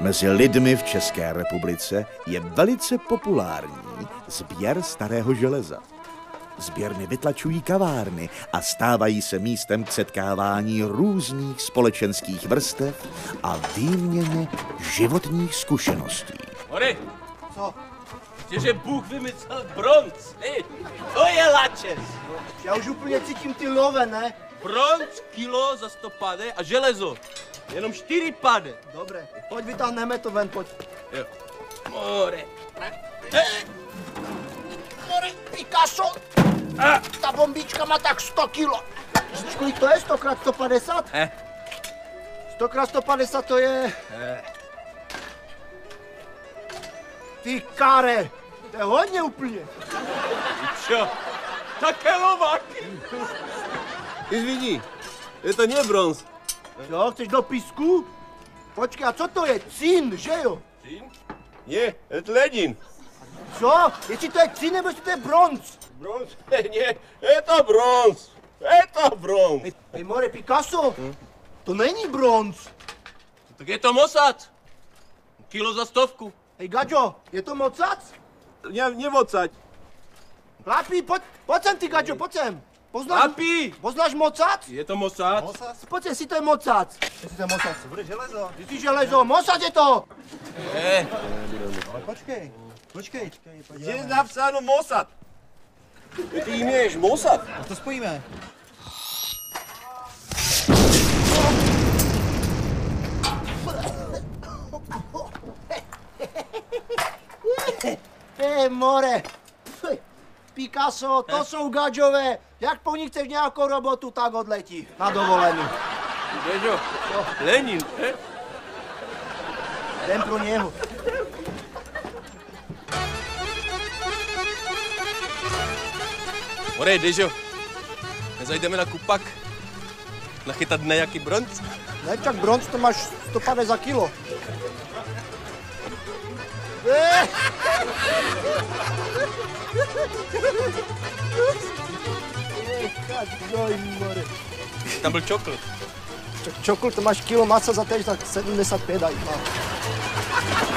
Mezi lidmi v České republice je velice populární sběr starého železa. Sběrny vytlačují kavárny a stávají se místem k setkávání různých společenských vrstev a výměně životních zkušeností. Hory! Co? Že Bůh vymyslel bronz, ty! To je lačes! Ja už úplně cítím ty love, ne? Bronz, kilo za 100 pade a železo. Jenom 4 pade. Dobre, poď vytáhneme to ven, poď. Jo. More. More, Picasso! Ta bombička má tak 100 kilo. Žičku, kolik to je 100 krát 150? Eh. 100 krát 150 to je... eh, Ty kare, to je hodně úplně. Čo? Také lováky! Izvidí, je to nie bronz. Jo, chceš do písku? Počkej, a co to je? Cín, že jo? Nie, je to ledin. Co? Jestli to je cín, nebo jestli to je bronz? Bronz? Nie, je to bronz. Je to bronz. Ej, Ej, more, Picasso, to není bronz. Tak je to mosat. Kilo za stovku. Hej, Gaďo, je to mocac? Nie, nie vocať. Chlapi, pojď, pojď sem ty, Gaďo, pojď sem. Poznáš, Chlapi! poznáš mocac? Je to mosat? Pojď sem, si to je mocac. Jestli to je mocac. Bude železo. Ty jsi železo, mocac je to. Je napsáno Mossad. Ty jmenuješ Mossad? A to Ty more. Fuj. Picasso, to jsou gadžové. Jak po nich chceš nějakou robotu, tak odletí. Na dovolenou. Dežo, Lenin, ne? Jdem pro něho. More, Dežo, nezajdeme na kupak? Nachytat nejaký bronz? Ne, čak bronz, to máš 150 za kilo. Eh, gadžoj, more. Tam byl čokl. tá Čok- Čokl, to máš kilo masa za tež tak 75 aj. no.